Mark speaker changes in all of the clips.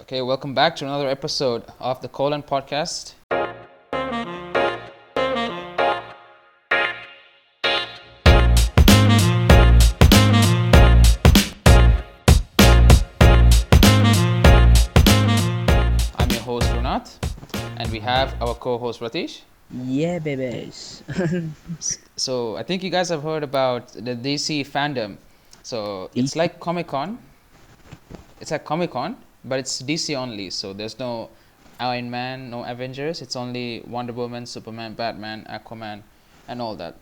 Speaker 1: Okay, welcome back to another episode of the Colon Podcast. I'm your host Runat, and we have our co-host Ratish.
Speaker 2: Yeah, babies.
Speaker 1: So I think you guys have heard about the DC fandom. So it's
Speaker 2: DC?
Speaker 1: like Comic Con. It's like Comic Con, but it's DC only. So there's no Iron Man, no Avengers. It's only Wonder Woman, Superman, Batman, Aquaman, and all that.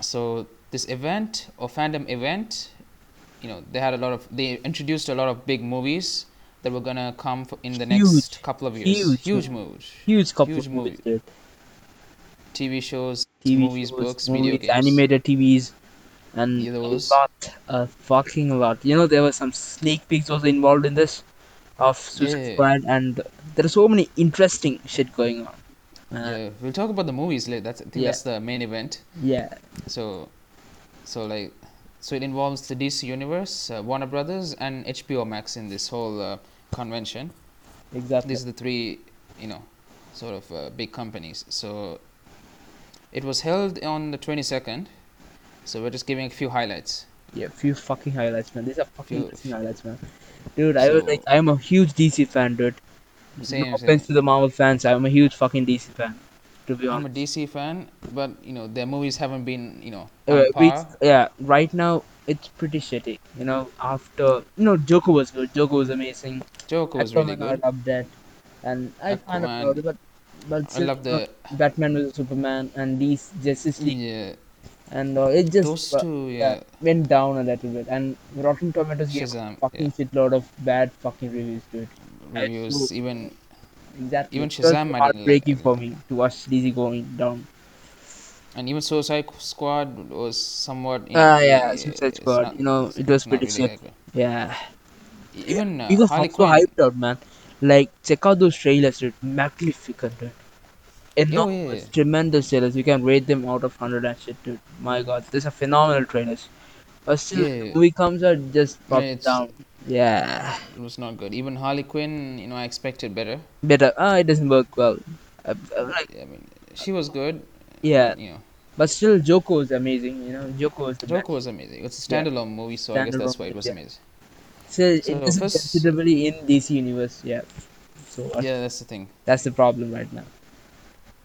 Speaker 1: So this event or fandom event, you know, they had a lot of they introduced a lot of big movies that were gonna come f- in the next
Speaker 2: Huge.
Speaker 1: couple of years.
Speaker 2: Huge
Speaker 1: Huge moves.
Speaker 2: Huge couple
Speaker 1: Huge
Speaker 2: of movies,
Speaker 1: movie.
Speaker 2: dude.
Speaker 1: TV shows,
Speaker 2: TV
Speaker 1: movies,
Speaker 2: shows,
Speaker 1: books, video
Speaker 2: movies,
Speaker 1: games.
Speaker 2: animated TVs, and
Speaker 1: Yeah,
Speaker 2: a
Speaker 1: there was-
Speaker 2: lot, a fucking lot. You know, there were some sneak peeks also involved in this of Suicide
Speaker 1: Yeah.
Speaker 2: Squad, and there are so many interesting shit going on. Uh,
Speaker 1: Yeah, we'll talk about the movies later. That's I think
Speaker 2: Yeah.
Speaker 1: that's the main event.
Speaker 2: yeah.
Speaker 1: So, so like, so it involves the DC Universe, uh, Warner Brothers, and HBO Max in this whole uh, convention.
Speaker 2: exactly.
Speaker 1: These are the three, you know, sort of uh, big companies. So, it was held on the twenty second. So we're just giving a few highlights.
Speaker 2: Yeah, few fucking highlights, man. These are fucking
Speaker 1: Few-
Speaker 2: interesting highlights, man. Dude, I was
Speaker 1: So-
Speaker 2: like, I'm a huge DC fan, dude.
Speaker 1: Same,
Speaker 2: no offense to the Marvel fans, I'm a huge fucking DC fan. To be honest.
Speaker 1: I'm a DC fan, but you know their movies haven't been, you know, on
Speaker 2: Uh, we,
Speaker 1: par.
Speaker 2: yeah, right now it's pretty shitty. You know, after you know, Joker was good. Joker was amazing.
Speaker 1: Joker was
Speaker 2: Aquaman,
Speaker 1: really
Speaker 2: I
Speaker 1: good.
Speaker 2: loved that, and I kind of
Speaker 1: Aquaman.
Speaker 2: loved it, but but
Speaker 1: I
Speaker 2: still,
Speaker 1: love
Speaker 2: you
Speaker 1: the
Speaker 2: know, Batman vs Superman and these Justice League,
Speaker 1: yeah,
Speaker 2: and uh, it just
Speaker 1: Mm. those
Speaker 2: uh,
Speaker 1: two,
Speaker 2: yeah,
Speaker 1: yeah,
Speaker 2: went down a little bit. And Rotten Tomatoes gave a
Speaker 1: Shazam, yeah.
Speaker 2: fucking shitload of bad fucking reviews to it. I
Speaker 1: reviews
Speaker 2: do.
Speaker 1: even
Speaker 2: Exactly,
Speaker 1: Even
Speaker 2: It was
Speaker 1: Shazam I didn't like.
Speaker 2: heartbreaking for me to watch DC going down.
Speaker 1: and even Suicide Squad was somewhat you
Speaker 2: Ah,
Speaker 1: know,
Speaker 2: yeah,
Speaker 1: it-
Speaker 2: Suicide
Speaker 1: it's
Speaker 2: Squad,
Speaker 1: not-
Speaker 2: you know,
Speaker 1: it's
Speaker 2: it was
Speaker 1: not
Speaker 2: pretty
Speaker 1: really
Speaker 2: shit.
Speaker 1: that
Speaker 2: Yeah.
Speaker 1: good. even uh,
Speaker 2: Because
Speaker 1: Harley
Speaker 2: Fox were
Speaker 1: Quinn
Speaker 2: hyped out, man. Like, check out those trailers, dude. Magnificent, dude. Enormous,
Speaker 1: yeah, yeah.
Speaker 2: tremendous trailers. You can rate them out of 100 and shit, dude. My god, these are phenomenal trailers. But still,
Speaker 1: Yeah, yeah.
Speaker 2: movie comes out, just
Speaker 1: Yeah,
Speaker 2: pop
Speaker 1: it's-
Speaker 2: down. Yeah.
Speaker 1: it was not good even Harley Quinn you know I expected better
Speaker 2: Better. Ah, it doesn't work well. Uh, uh, like,
Speaker 1: I mean she was good
Speaker 2: yeah.
Speaker 1: you know
Speaker 2: But still, Joko was amazing, you know. Joko was the man.
Speaker 1: Joker was amazing it's a standalone movie so I guess that's why it was
Speaker 2: Standalone,
Speaker 1: amazing
Speaker 2: Still, it
Speaker 1: So,
Speaker 2: isn't
Speaker 1: first-
Speaker 2: considerably in DC Universe, yeah. So, uh,
Speaker 1: yeah that's the thing
Speaker 2: that's the problem right now.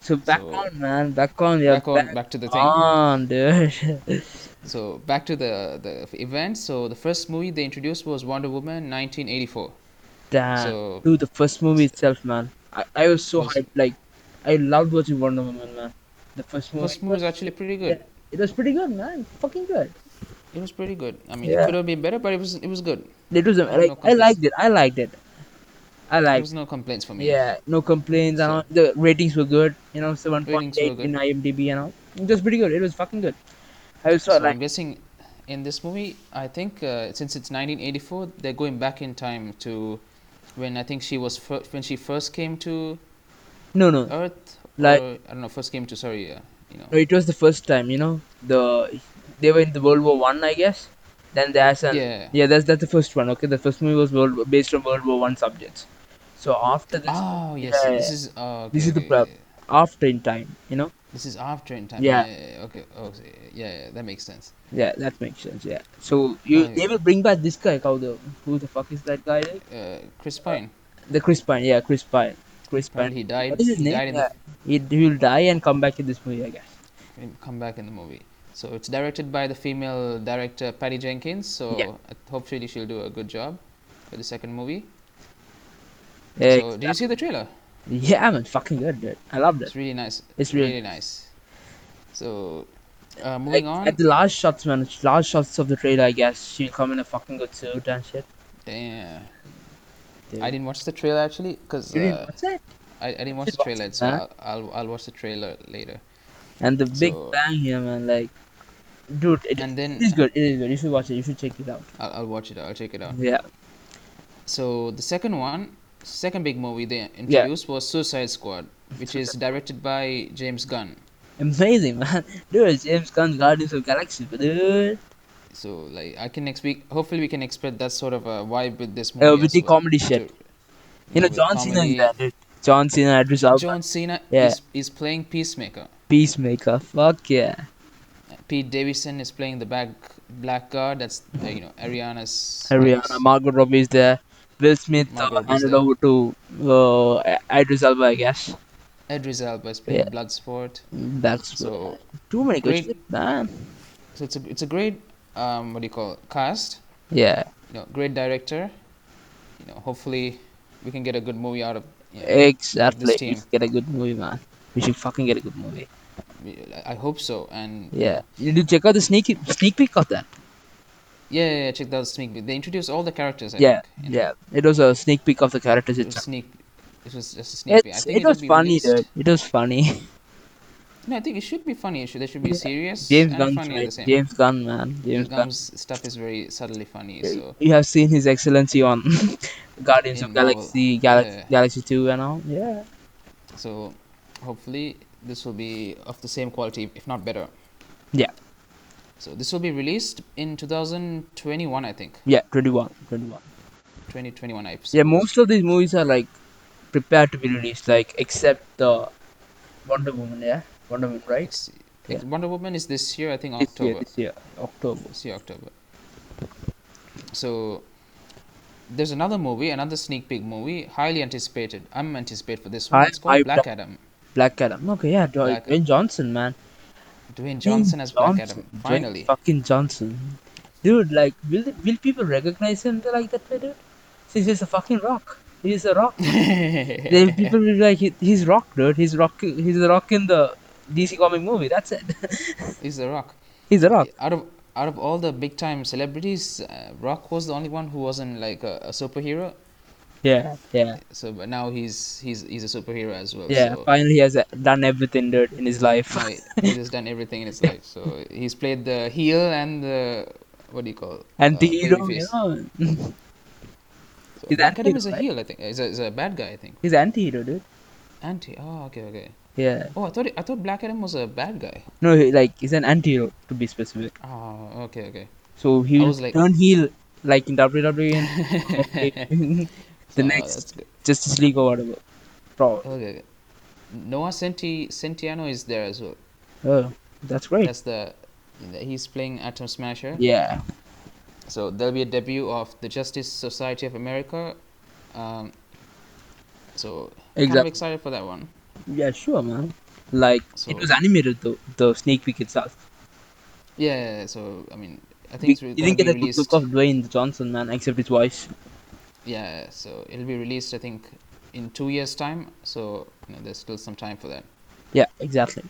Speaker 2: So, back
Speaker 1: So-
Speaker 2: on, man. Back on. Yeah, uh-huh.
Speaker 1: back on back to the thing
Speaker 2: on, dude.
Speaker 1: so back to the the event so the first movie they introduced was Wonder Woman 1984
Speaker 2: Damn.
Speaker 1: so
Speaker 2: Dude, the first movie itself, man. I, I was so
Speaker 1: Was-
Speaker 2: hyped. Like, I loved watching Wonder Woman, man. The first movie.
Speaker 1: first movie was actually pretty good
Speaker 2: It was pretty good, man. Fucking good.
Speaker 1: it was pretty good I mean it
Speaker 2: Yeah.
Speaker 1: could have been better but it was it was good
Speaker 2: It was
Speaker 1: no
Speaker 2: like I
Speaker 1: complaints.
Speaker 2: liked it. I liked it. I
Speaker 1: there
Speaker 2: liked.
Speaker 1: was no complaints from me
Speaker 2: Yeah, no complaints and all. The ratings were good. You know, seven point
Speaker 1: Ratings were
Speaker 2: eight
Speaker 1: good.
Speaker 2: in IMDb and all. It was pretty good. It was fucking good. I was so
Speaker 1: So
Speaker 2: like,
Speaker 1: I'm guessing in this movie, I think uh, since it's 1984, they're going back in time to when I think she was fir- when she first came to
Speaker 2: no, no, no.
Speaker 1: Earth.
Speaker 2: Like-
Speaker 1: or, I don't know, first came to sorry, uh, you know.
Speaker 2: It was the first time. You know, the they were in the World War One, I, guess. Then there's an
Speaker 1: Yeah.
Speaker 2: Yeah, that's that's the first one. Okay, the first movie was world based on World War One subjects. So after this,
Speaker 1: Oh yes,
Speaker 2: Ah, Yeah,
Speaker 1: this
Speaker 2: yeah.
Speaker 1: is uh,
Speaker 2: This is the plot. after in time, you know.
Speaker 1: This is after in time.
Speaker 2: Yeah.
Speaker 1: yeah okay. Oh, so- yeah, yeah. That makes sense.
Speaker 2: Yeah, that makes sense. Yeah. So you
Speaker 1: Oh, yeah.
Speaker 2: they will bring back this guy. How the who the fuck is that guy? like?
Speaker 1: Uh, Chris Pine.
Speaker 2: The Chris Pine. Yeah, Chris Pine. Chris Pine.
Speaker 1: Apparently he died.
Speaker 2: What is his
Speaker 1: he
Speaker 2: name?
Speaker 1: died in
Speaker 2: yeah. he, he will die and come back in this movie, I guess.
Speaker 1: the, f- come back in the movie. So it's directed by the female director Patty Jenkins. So
Speaker 2: Yeah.
Speaker 1: uh, hopefully she'll do a good job for the second movie.
Speaker 2: Yeah,
Speaker 1: so do you see the trailer?
Speaker 2: yeah, man, fucking good, dude. I loved it.
Speaker 1: It's really nice.
Speaker 2: It's
Speaker 1: really,
Speaker 2: really
Speaker 1: nice. So, uh,
Speaker 2: Like,
Speaker 1: moving on.
Speaker 2: at the last shots, man, last shots of the trailer, I guess she'll come in a fucking good suit and shit.
Speaker 1: Damn.
Speaker 2: Dude.
Speaker 1: I didn't watch the trailer actually because
Speaker 2: You didn't
Speaker 1: uh,
Speaker 2: watch that?
Speaker 1: I, I didn't watch
Speaker 2: You
Speaker 1: the
Speaker 2: watch
Speaker 1: trailer,
Speaker 2: it,
Speaker 1: so
Speaker 2: huh?
Speaker 1: I'll, I'll I'll watch the trailer later.
Speaker 2: And the big
Speaker 1: So-
Speaker 2: bang here, man, like, dude, it,
Speaker 1: And
Speaker 2: it is
Speaker 1: then
Speaker 2: good. It is good. You should watch it. You should check it out.
Speaker 1: I'll, I'll watch it. I'll check it out.
Speaker 2: Yeah,
Speaker 1: So the second one, second big movie they introduced was Suicide Squad, which is directed by James Gunn.
Speaker 2: amazing, man. Dude, it's James Gunn's Guardians of Galaxy, dude.
Speaker 1: Oh, So like I can expect. Hopefully we can expect that sort of a vibe with this movie.
Speaker 2: Uh, with
Speaker 1: as
Speaker 2: the
Speaker 1: well.
Speaker 2: comedy shit. You know,
Speaker 1: with
Speaker 2: John Cena
Speaker 1: comedy.
Speaker 2: is there, dude. John Cena, Idris Elba,
Speaker 1: John Cena
Speaker 2: Yeah.
Speaker 1: is, is playing Peacemaker.
Speaker 2: Peacemaker. Fuck yeah.
Speaker 1: Pete Davidson is playing the back black guard. That's uh, you know Ariana's.
Speaker 2: Ariana, Margot Robbie is there. Will Smith
Speaker 1: Margot
Speaker 2: uh,
Speaker 1: is
Speaker 2: handed
Speaker 1: there.
Speaker 2: over to uh, I- Idris Elba, I guess.
Speaker 1: Idris Elba is playing
Speaker 2: Yeah.
Speaker 1: Bloodsport.
Speaker 2: That's
Speaker 1: Mm, So
Speaker 2: too many
Speaker 1: great-
Speaker 2: questions, man.
Speaker 1: so it's a it's a great um what do you call it, cast.
Speaker 2: Yeah.
Speaker 1: You know, great director. You know, hopefully we can get a good movie out of. You know,
Speaker 2: Exactly.
Speaker 1: This
Speaker 2: We
Speaker 1: team.
Speaker 2: should get a good movie, man. We should fucking get a good movie.
Speaker 1: we- I- I hope so. And
Speaker 2: Yeah. You need to check out the sneak sneak peek of that.
Speaker 1: yeah, yeah, yeah, check that sneak peek. They introduced all the characters. I
Speaker 2: yeah.
Speaker 1: think, you know.
Speaker 2: yeah. It was a sneak peek of the characters.
Speaker 1: It was
Speaker 2: It's,
Speaker 1: sneak. It was just a sneak peek. I
Speaker 2: it's,
Speaker 1: think
Speaker 2: it was
Speaker 1: will be
Speaker 2: funny,
Speaker 1: released-
Speaker 2: dude. It was funny.
Speaker 1: No, I think it should be funny. It should, they should be
Speaker 2: Yeah.
Speaker 1: serious
Speaker 2: James
Speaker 1: and
Speaker 2: Gunn's
Speaker 1: funny at the
Speaker 2: right.
Speaker 1: same.
Speaker 2: James Gunn, man. James Gunn.
Speaker 1: Gunn's stuff is very subtly funny.
Speaker 2: Yeah,
Speaker 1: So
Speaker 2: You have seen His Excellency on Guardians
Speaker 1: In
Speaker 2: of
Speaker 1: Marvel.
Speaker 2: Galaxy, Galaxy,
Speaker 1: Yeah.
Speaker 2: Galaxy Two, and all. Yeah.
Speaker 1: so hopefully this will be of the same quality, if not better.
Speaker 2: Yeah.
Speaker 1: So this will be released in 2021, I think.
Speaker 2: Yeah. 21. 21.
Speaker 1: 2021, I
Speaker 2: Yeah.
Speaker 1: suppose.
Speaker 2: Most of these movies are like prepared to be released, like except the Wonder Woman. Yeah. Wonder Woman, right?
Speaker 1: It's-
Speaker 2: Yeah.
Speaker 1: Wonder Woman is this year, I think
Speaker 2: This
Speaker 1: October.
Speaker 2: year. This year. October.
Speaker 1: This year, October. So there's another movie, another sneak peek movie, highly anticipated. I'm anticipated for this one.
Speaker 2: Hi-
Speaker 1: it's called
Speaker 2: hi,
Speaker 1: Black
Speaker 2: Bla-
Speaker 1: Adam.
Speaker 2: Black Adam. Okay. Yeah. Do-
Speaker 1: Black-
Speaker 2: Dwayne Johnson, man.
Speaker 1: Dwayne Johnson as Black
Speaker 2: Johnson.
Speaker 1: Adam.
Speaker 2: Dwayne
Speaker 1: Finally.
Speaker 2: fucking Johnson. Dude, like, will will people recognize him like that way, dude? Since he's a fucking rock. He's a rock. Then people will be like, "He- he's rock, dude. He's rock. He's a rock in the DC comic movie. That's it.
Speaker 1: He's the Rock.
Speaker 2: he's a rock.
Speaker 1: out of out of all the big time celebrities, uh, Rock was the only one who wasn't like a, a superhero.
Speaker 2: Yeah, yeah,
Speaker 1: So, but now he's he's he's a superhero as well.
Speaker 2: yeah.
Speaker 1: So,
Speaker 2: Finally, he has uh, done everything, dude, in his life.
Speaker 1: now he- he's just done everything in his life. So he's played the heel and the what do you call it?
Speaker 2: and the
Speaker 1: Uh,
Speaker 2: hero,
Speaker 1: babyface.
Speaker 2: you know,
Speaker 1: So
Speaker 2: he's
Speaker 1: Black Adam
Speaker 2: anti-hero,
Speaker 1: is a
Speaker 2: right?
Speaker 1: heel, I think. Is a, is a bad guy, I think.
Speaker 2: he's anti-hero, dude.
Speaker 1: Anti. Oh, okay, okay.
Speaker 2: Yeah.
Speaker 1: Oh, I thought I thought Black Adam was a bad guy.
Speaker 2: No, he, like he's an anti-hero to be specific.
Speaker 1: Oh, okay, okay.
Speaker 2: So he
Speaker 1: I
Speaker 2: will
Speaker 1: was like-
Speaker 2: turn heel, like in WWE, and the
Speaker 1: Oh,
Speaker 2: next
Speaker 1: that's good.
Speaker 2: Justice League or whatever. Probably.
Speaker 1: Okay, okay. Noah Senti Sentiano is there as well.
Speaker 2: Oh, that's great.
Speaker 1: That's the he's playing Atom Smasher.
Speaker 2: yeah.
Speaker 1: So there'll be a debut of the Justice Society of America. Um, so kind of
Speaker 2: Exactly.
Speaker 1: excited for that one.
Speaker 2: Yeah, sure, man. Like
Speaker 1: So-
Speaker 2: it was animated though, the sneak peek itself.
Speaker 1: Yeah, yeah, yeah, so I mean, I think
Speaker 2: We,
Speaker 1: it's
Speaker 2: you
Speaker 1: re-
Speaker 2: didn't
Speaker 1: gonna
Speaker 2: get a
Speaker 1: be
Speaker 2: good
Speaker 1: released.
Speaker 2: look of Dwayne Johnson, man, except his voice.
Speaker 1: Yeah, yeah, so it'll be released I think in two years' time. So you know, there's still some time for that.
Speaker 2: Yeah, exactly.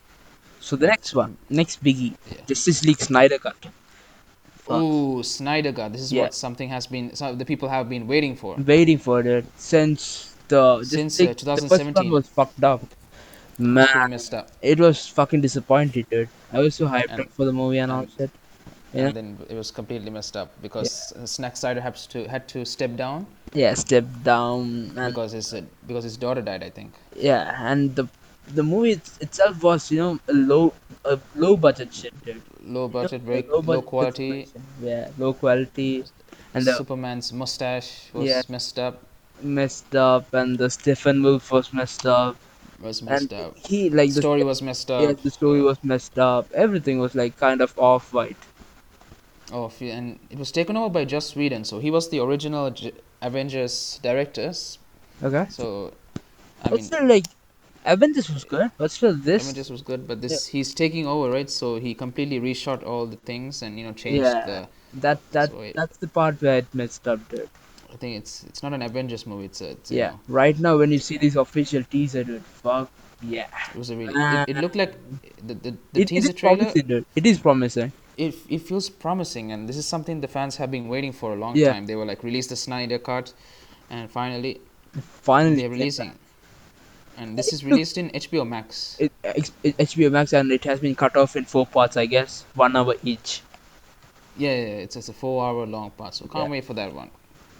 Speaker 2: So the next one, next biggie,
Speaker 1: Yeah.
Speaker 2: Justice League Snyder cut. Fuck.
Speaker 1: Ooh, Snyder God! This is
Speaker 2: Yeah.
Speaker 1: what something has been. Some of the people have been waiting for.
Speaker 2: Waiting for it since the Justice
Speaker 1: Since, uh,
Speaker 2: League- The first
Speaker 1: 2017.
Speaker 2: one was fucked up.
Speaker 1: Pretty
Speaker 2: Man,
Speaker 1: messed up.
Speaker 2: it was fucking disappointed, dude. I was so hyped
Speaker 1: And-
Speaker 2: up for the movie and all
Speaker 1: and-
Speaker 2: shit. Yeah.
Speaker 1: And then it was completely messed up because uh, Snack Snyder has to had to step down
Speaker 2: Yeah, step down and
Speaker 1: because his uh, because his daughter died. I think.
Speaker 2: yeah, and the the movie it- itself was you know a low a low budget shit, dude.
Speaker 1: Low budget,
Speaker 2: Yeah,
Speaker 1: very
Speaker 2: low
Speaker 1: low,
Speaker 2: budget
Speaker 1: quality.
Speaker 2: situation. Yeah, low quality, and the
Speaker 1: Superman's mustache was
Speaker 2: Yeah.
Speaker 1: messed up.
Speaker 2: messed up, and the Stephen Wolf was messed up,
Speaker 1: Was messed
Speaker 2: and
Speaker 1: up.
Speaker 2: he like
Speaker 1: the story was messed
Speaker 2: yeah,
Speaker 1: up.
Speaker 2: the story was messed up. Everything was like kind of off white.
Speaker 1: Oh, f- and it was taken over by Joss Whedon. So he was the original J- Avengers directors.
Speaker 2: Okay,
Speaker 1: So I
Speaker 2: but
Speaker 1: mean,
Speaker 2: still like Avengers was good, but still this
Speaker 1: Avengers was good, but this he's taking over, right? So he completely reshot all the things and you know changed
Speaker 2: Yeah.
Speaker 1: the.
Speaker 2: that that
Speaker 1: So it-
Speaker 2: that's the part where it messed up, dude.
Speaker 1: I think it's it's not an Avengers movie. It's a it's, you
Speaker 2: Yeah,
Speaker 1: know,
Speaker 2: right now when you see this official teaser, dude, fuck yeah.
Speaker 1: it was a really. It, it looked like the the, the
Speaker 2: Uh, It- it
Speaker 1: teaser
Speaker 2: is
Speaker 1: trailer.
Speaker 2: promising, dude. It is promising.
Speaker 1: it, it feels promising and this is something the fans have been waiting for a long
Speaker 2: Yeah.
Speaker 1: time they were like release the snyder cut and finally
Speaker 2: Finally,
Speaker 1: they're
Speaker 2: it-
Speaker 1: releasing and this
Speaker 2: It
Speaker 1: is
Speaker 2: looks-
Speaker 1: released in hbo max
Speaker 2: It, it's- it's HBO Max and it has been cut off in four parts, I guess, one hour each.
Speaker 1: yeah, yeah, yeah, it's, it's a four hour long part so can't
Speaker 2: Yeah.
Speaker 1: wait for that one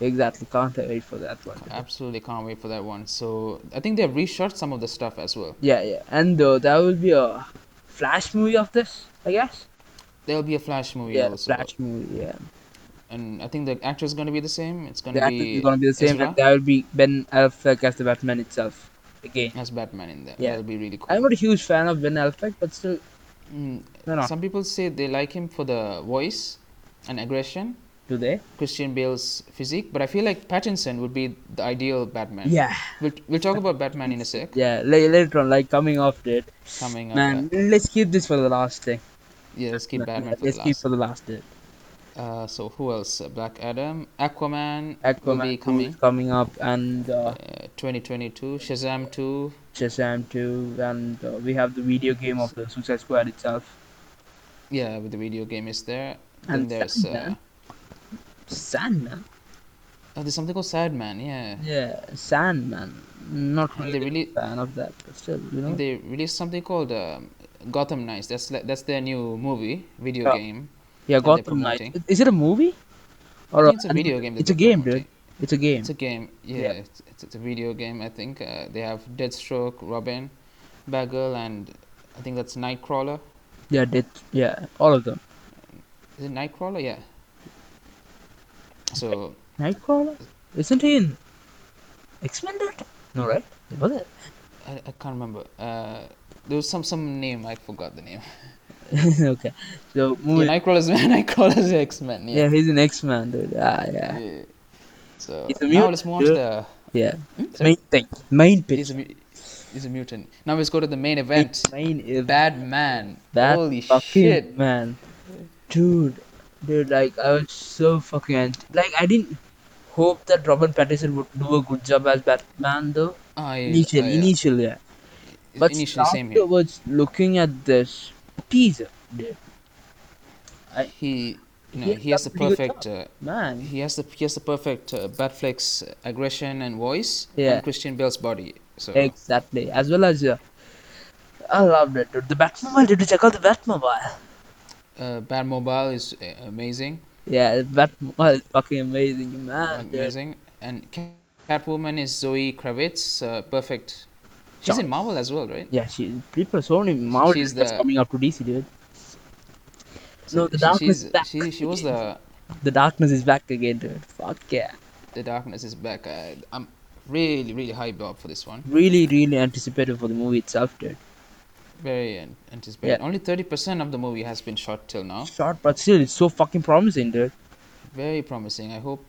Speaker 2: Exactly, can't wait for that one.
Speaker 1: absolutely can't wait for that one so i think they've reshot some of the stuff as well
Speaker 2: Yeah, yeah, and uh, there will be a Flash movie of this, I guess.
Speaker 1: there'll be a flash movie
Speaker 2: yeah,
Speaker 1: also
Speaker 2: Flash movie. Yeah,
Speaker 1: and I think the actor's gonna be the same. It's gonna
Speaker 2: The actor
Speaker 1: be
Speaker 2: is gonna be the same,
Speaker 1: Ezra
Speaker 2: and that will be Ben Affleck as the Batman itself again.
Speaker 1: as Batman in there.
Speaker 2: Yeah.
Speaker 1: That'll be really cool.
Speaker 2: I'm not a huge fan of Ben Affleck, but still,
Speaker 1: Mm,
Speaker 2: no, no.
Speaker 1: Some people say they like him for the voice and aggression,
Speaker 2: Do they?
Speaker 1: Christian Bale's physique, but I feel like Pattinson would be the ideal Batman.
Speaker 2: Yeah,
Speaker 1: We'll, we'll talk about Batman in a sec.
Speaker 2: yeah. la- Later on, like coming off it,
Speaker 1: Coming up.
Speaker 2: man. Let's keep this for the last thing.
Speaker 1: Yeah, let's keep Batman for
Speaker 2: let's
Speaker 1: the
Speaker 2: keep
Speaker 1: last.
Speaker 2: for the last bit.
Speaker 1: Uh, so who else? Uh, Black Adam, Aquaman, will
Speaker 2: Aquaman
Speaker 1: be
Speaker 2: is
Speaker 1: coming.
Speaker 2: coming up, and
Speaker 1: Uh,
Speaker 2: uh,
Speaker 1: 2022, Shazam 2,
Speaker 2: Shazam 2, and uh, we have the video game of the Suicide Squad itself.
Speaker 1: yeah, with the video game is there. Then
Speaker 2: And
Speaker 1: there's uh,
Speaker 2: Sandman. Sandman.
Speaker 1: oh, there's something called Sadman, yeah.
Speaker 2: Yeah, Sandman. Not
Speaker 1: And
Speaker 2: really
Speaker 1: they really
Speaker 2: a fan of that, but still, you know.
Speaker 1: they released something called um, Gotham Knights. That's like, that's their new movie video
Speaker 2: Yeah.
Speaker 1: game.
Speaker 2: yeah,
Speaker 1: they're
Speaker 2: Gotham Knights.
Speaker 1: promoting.
Speaker 2: Is it a movie? Or
Speaker 1: I think it's a
Speaker 2: anime?
Speaker 1: video game. that
Speaker 2: It's a
Speaker 1: they're
Speaker 2: game, dude.
Speaker 1: promoting.
Speaker 2: It's a game.
Speaker 1: It's a game. Yeah,
Speaker 2: Yeah.
Speaker 1: It's, it's, it's a video game. I think uh, they have Deathstroke, Robin, Bagel, and I think that's Nightcrawler.
Speaker 2: Yeah, death. Yeah, all of them.
Speaker 1: Is it Nightcrawler? Yeah. So
Speaker 2: Nightcrawler? Isn't he in X Men? No, right? Was it?
Speaker 1: I, I can't remember. Uh, there was some some name I forgot the name.
Speaker 2: okay. So,
Speaker 1: Yeah,
Speaker 2: moving.
Speaker 1: Nightcrawler's Nightcrawler's X Men.
Speaker 2: Yeah,
Speaker 1: Yeah.
Speaker 2: he's an X Man, dude. Ah, yeah.
Speaker 1: Yeah. So
Speaker 2: He's a
Speaker 1: now
Speaker 2: mutant,
Speaker 1: let's move on to
Speaker 2: dude.
Speaker 1: the
Speaker 2: Yeah.
Speaker 1: Hmm? Sorry?
Speaker 2: Main thing. Main pitch.
Speaker 1: He's a, mu- he's a mutant. Now let's go to the main event.
Speaker 2: Main is
Speaker 1: Bad man.
Speaker 2: That
Speaker 1: Holy
Speaker 2: fucking
Speaker 1: shit.
Speaker 2: man, dude, dude, like I was so fucking ant- like I didn't hope that Robert Pattinson would do a good job as Batman though.
Speaker 1: I,
Speaker 2: Initially,
Speaker 1: I, uh,
Speaker 2: initially, yeah. But
Speaker 1: initially same here.
Speaker 2: afterwards, looking at this teaser, dude,
Speaker 1: He, you know,
Speaker 2: He
Speaker 1: he,
Speaker 2: has
Speaker 1: has the
Speaker 2: done a really good
Speaker 1: perfect. Uh,
Speaker 2: man,
Speaker 1: he has the he has the perfect uh, Batfleck's aggression and voice
Speaker 2: Yeah.
Speaker 1: and Christian Bale's body. So
Speaker 2: exactly. As well as yeah, I loved it, dude. The Batmobile, did you check out the Batmobile?
Speaker 1: uh, Batmobile is uh, amazing,
Speaker 2: Yeah, the Batmobile is fucking amazing,
Speaker 1: Oh,
Speaker 2: man. dude.
Speaker 1: amazing. And Ca- Catwoman is Zoe Kravitz, uh, perfect. She's in Marvel as well, right?
Speaker 2: Yeah, she people so many Marvel
Speaker 1: She's
Speaker 2: that's
Speaker 1: the-
Speaker 2: coming up to DC, dude. no, the
Speaker 1: She-
Speaker 2: darkness
Speaker 1: she's,
Speaker 2: is back.
Speaker 1: she she was the
Speaker 2: The darkness is back again, dude. Fuck yeah.
Speaker 1: the darkness is back. I, I'm really really hyped up for this one.
Speaker 2: Really, really anticipated for the movie itself, dude.
Speaker 1: Very an- anticipated.
Speaker 2: Yeah.
Speaker 1: Only thirty percent of the movie has been shot till now.
Speaker 2: Short, but still, it's so fucking promising, dude.
Speaker 1: Very promising. I hope,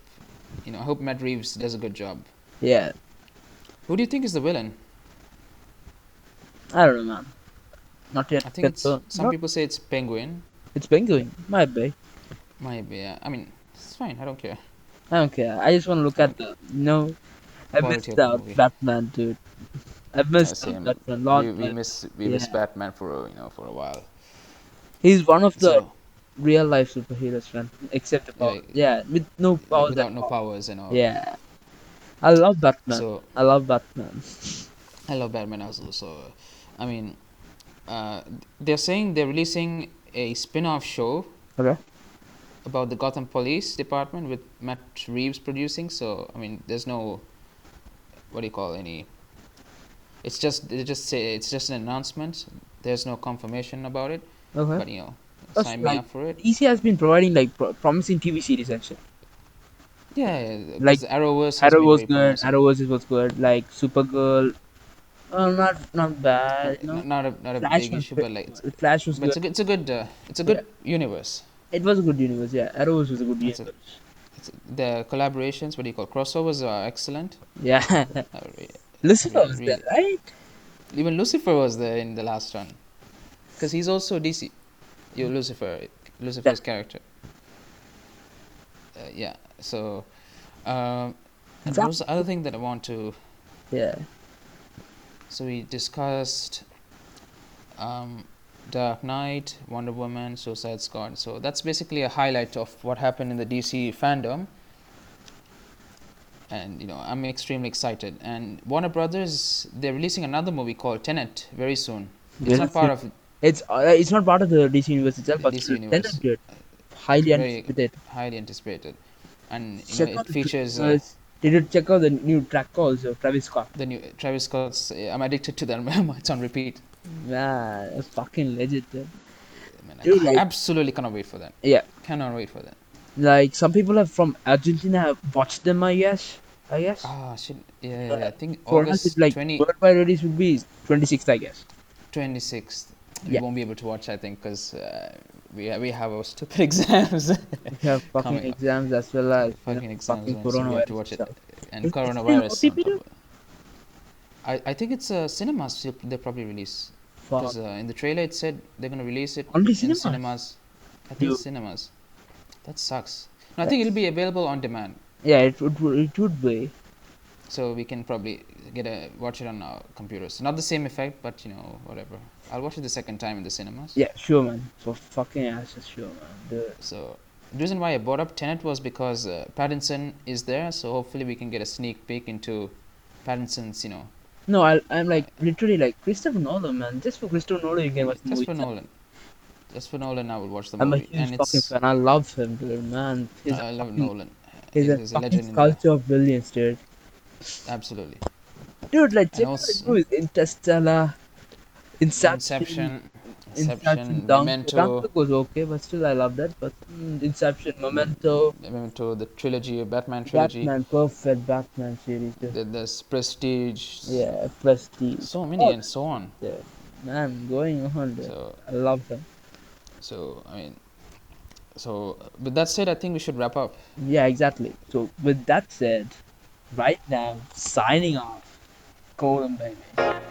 Speaker 1: you know, I hope Matt Reeves does a good job.
Speaker 2: Yeah,
Speaker 1: Who do you think is the villain?
Speaker 2: I don't know, man. Not yet.
Speaker 1: I think it's
Speaker 2: confirmed.
Speaker 1: some
Speaker 2: Not-
Speaker 1: people say it's Penguin.
Speaker 2: It's Penguin. Might be.
Speaker 1: Maybe. Yeah. I mean, it's fine. I don't care.
Speaker 2: I don't care. I just want to look at the. No, I
Speaker 1: Quality of
Speaker 2: missed
Speaker 1: the
Speaker 2: out
Speaker 1: movie.
Speaker 2: Batman, dude. I missed
Speaker 1: same.
Speaker 2: out Batman. Lord,
Speaker 1: we we
Speaker 2: man.
Speaker 1: miss we miss
Speaker 2: yeah.
Speaker 1: Batman for you know for a while.
Speaker 2: He's one of the
Speaker 1: So,
Speaker 2: real life superheroes, man. Except the power.
Speaker 1: Like-
Speaker 2: yeah, with no
Speaker 1: like,
Speaker 2: powers.
Speaker 1: without
Speaker 2: at
Speaker 1: no
Speaker 2: all.
Speaker 1: powers and all.
Speaker 2: Yeah. I love Batman.
Speaker 1: So
Speaker 2: I love Batman.
Speaker 1: I love Batman as well. So, uh, I mean, uh, they're saying they're releasing a spin-off show
Speaker 2: Okay.
Speaker 1: about the Gotham Police Department with Matt Reeves producing. So I mean, there's no what do you call any. It's just they just say it's just an announcement. There's no confirmation about it,
Speaker 2: Okay.
Speaker 1: but you know,
Speaker 2: That's
Speaker 1: sign me
Speaker 2: like-
Speaker 1: up for it.
Speaker 2: DC has been providing like pro- promising TV series actually.
Speaker 1: Yeah, yeah
Speaker 2: Like,
Speaker 1: like Arrowverse. has
Speaker 2: Arrow
Speaker 1: been
Speaker 2: was
Speaker 1: very
Speaker 2: good.
Speaker 1: promising.
Speaker 2: Arrow was was good. Like Supergirl, uh, not not bad. You know?
Speaker 1: N- not a not a
Speaker 2: Flash
Speaker 1: big
Speaker 2: was
Speaker 1: issue,
Speaker 2: pre-
Speaker 1: but like, it's,
Speaker 2: Flash was
Speaker 1: but it's a
Speaker 2: good.
Speaker 1: good, it's a good, uh, it's a good universe.
Speaker 2: It was a good universe. Yeah, Arrow was was a good
Speaker 1: It's a-
Speaker 2: universe.
Speaker 1: It's, the collaborations, what do you call crossovers, are excellent.
Speaker 2: Yeah,
Speaker 1: Uh, re-
Speaker 2: Lucifer was
Speaker 1: Really-
Speaker 2: there, right?
Speaker 1: Even Lucifer was there in the last one, because he's also DC. You Lucifer, Lucifer's character. Uh, yeah. So, um, and there
Speaker 2: That-
Speaker 1: was the other thing that I want to.
Speaker 2: Yeah,
Speaker 1: So we discussed, um, Dark Knight, Wonder Woman, Suicide Squad. So that's basically a highlight of what happened in the DC fandom. And you know, I'm extremely excited. And Warner Brothers, they're releasing another movie called Tenet very soon. It's
Speaker 2: Yeah.
Speaker 1: not part of
Speaker 2: it's uh, it's not part of the DC universe itself, but
Speaker 1: DC
Speaker 2: still,
Speaker 1: universe.
Speaker 2: Tenant, dude, highly
Speaker 1: Very-
Speaker 2: anticipated.
Speaker 1: highly anticipated, and you
Speaker 2: Check
Speaker 1: know,
Speaker 2: out
Speaker 1: it
Speaker 2: the
Speaker 1: features uh,
Speaker 2: trailers. Did you check out the new track also, Travis Scott?
Speaker 1: the new Travis Scott's. uh, I'm addicted to that. it's on repeat.
Speaker 2: Man, that's fucking legit. Dude.
Speaker 1: Man, I
Speaker 2: Dude, like-
Speaker 1: absolutely cannot wait for that.
Speaker 2: Yeah,
Speaker 1: Cannot wait for that.
Speaker 2: Like some people have from Argentina have watched them. I guess. I guess.
Speaker 1: Ah, shit. Yeah, yeah, yeah. I think
Speaker 2: For us,
Speaker 1: August
Speaker 2: it's like
Speaker 1: 20,
Speaker 2: worldwide release would be 26th, I guess.
Speaker 1: 26th. We
Speaker 2: Yeah.
Speaker 1: won't be able to watch, I think, because uh, we, we have our stupid exams.
Speaker 2: We have fucking
Speaker 1: Coming up.
Speaker 2: exams as well as you know,
Speaker 1: fucking exams.
Speaker 2: fucking
Speaker 1: and so we have to
Speaker 2: coronavirus
Speaker 1: watch it.
Speaker 2: stuff.
Speaker 1: And
Speaker 2: Is- is it an
Speaker 1: coronavirus.
Speaker 2: OTP
Speaker 1: on top. I, I think it's uh, cinemas they'll- they'll probably release.
Speaker 2: Fuck.
Speaker 1: Because uh, in the trailer it said they're gonna release it
Speaker 2: Only
Speaker 1: in
Speaker 2: cinemas?
Speaker 1: I think
Speaker 2: Dude.
Speaker 1: cinemas. That sucks. No, I think it'll be available on demand,
Speaker 2: Yeah, it would it would be.
Speaker 1: so we can probably get a watch it on our computers. Not the same effect, but you know whatever. I'll watch it the second time in the cinemas.
Speaker 2: Yeah, sure, man. For fucking asses, sure, man. Dude.
Speaker 1: So the reason why I brought up Tenet was because uh, Pattinson is there, so hopefully we can get a sneak peek into Pattinson's, you know,
Speaker 2: No, I, I'm like literally like Christopher Nolan, man. Just for Christopher Nolan, you can watch the
Speaker 1: just
Speaker 2: movie.
Speaker 1: for Nolan. Just for Nolan, I will watch the
Speaker 2: I'm a
Speaker 1: movie,
Speaker 2: huge
Speaker 1: and
Speaker 2: fucking
Speaker 1: it's
Speaker 2: fan. I love him, dude, man. He's,
Speaker 1: I love
Speaker 2: fucking-
Speaker 1: Nolan.
Speaker 2: he's a
Speaker 1: He's a legend
Speaker 2: fucking
Speaker 1: in that.
Speaker 2: sculpture of brilliance, dude.
Speaker 1: Absolutely.
Speaker 2: Dude, like
Speaker 1: And
Speaker 2: check out his
Speaker 1: also-
Speaker 2: movies: Interstellar, Inception,
Speaker 1: Inception,
Speaker 2: Inception,
Speaker 1: Inception,
Speaker 2: Dunk-
Speaker 1: Memento,
Speaker 2: Dunkirk was okay, but still I love that. But mm, Inception, Memento,
Speaker 1: Memento, the trilogy, Batman trilogy.
Speaker 2: Batman, perfect Batman series. Just,
Speaker 1: The, there's Prestige.
Speaker 2: yeah, Prestige.
Speaker 1: So many
Speaker 2: Oh.
Speaker 1: and so on.
Speaker 2: Yeah. Man, going on, dude.
Speaker 1: So,
Speaker 2: I love him.
Speaker 1: so I mean, so with that said, I think we should wrap up.
Speaker 2: Yeah, exactly. So with that said, right now, signing off, Golden Baby.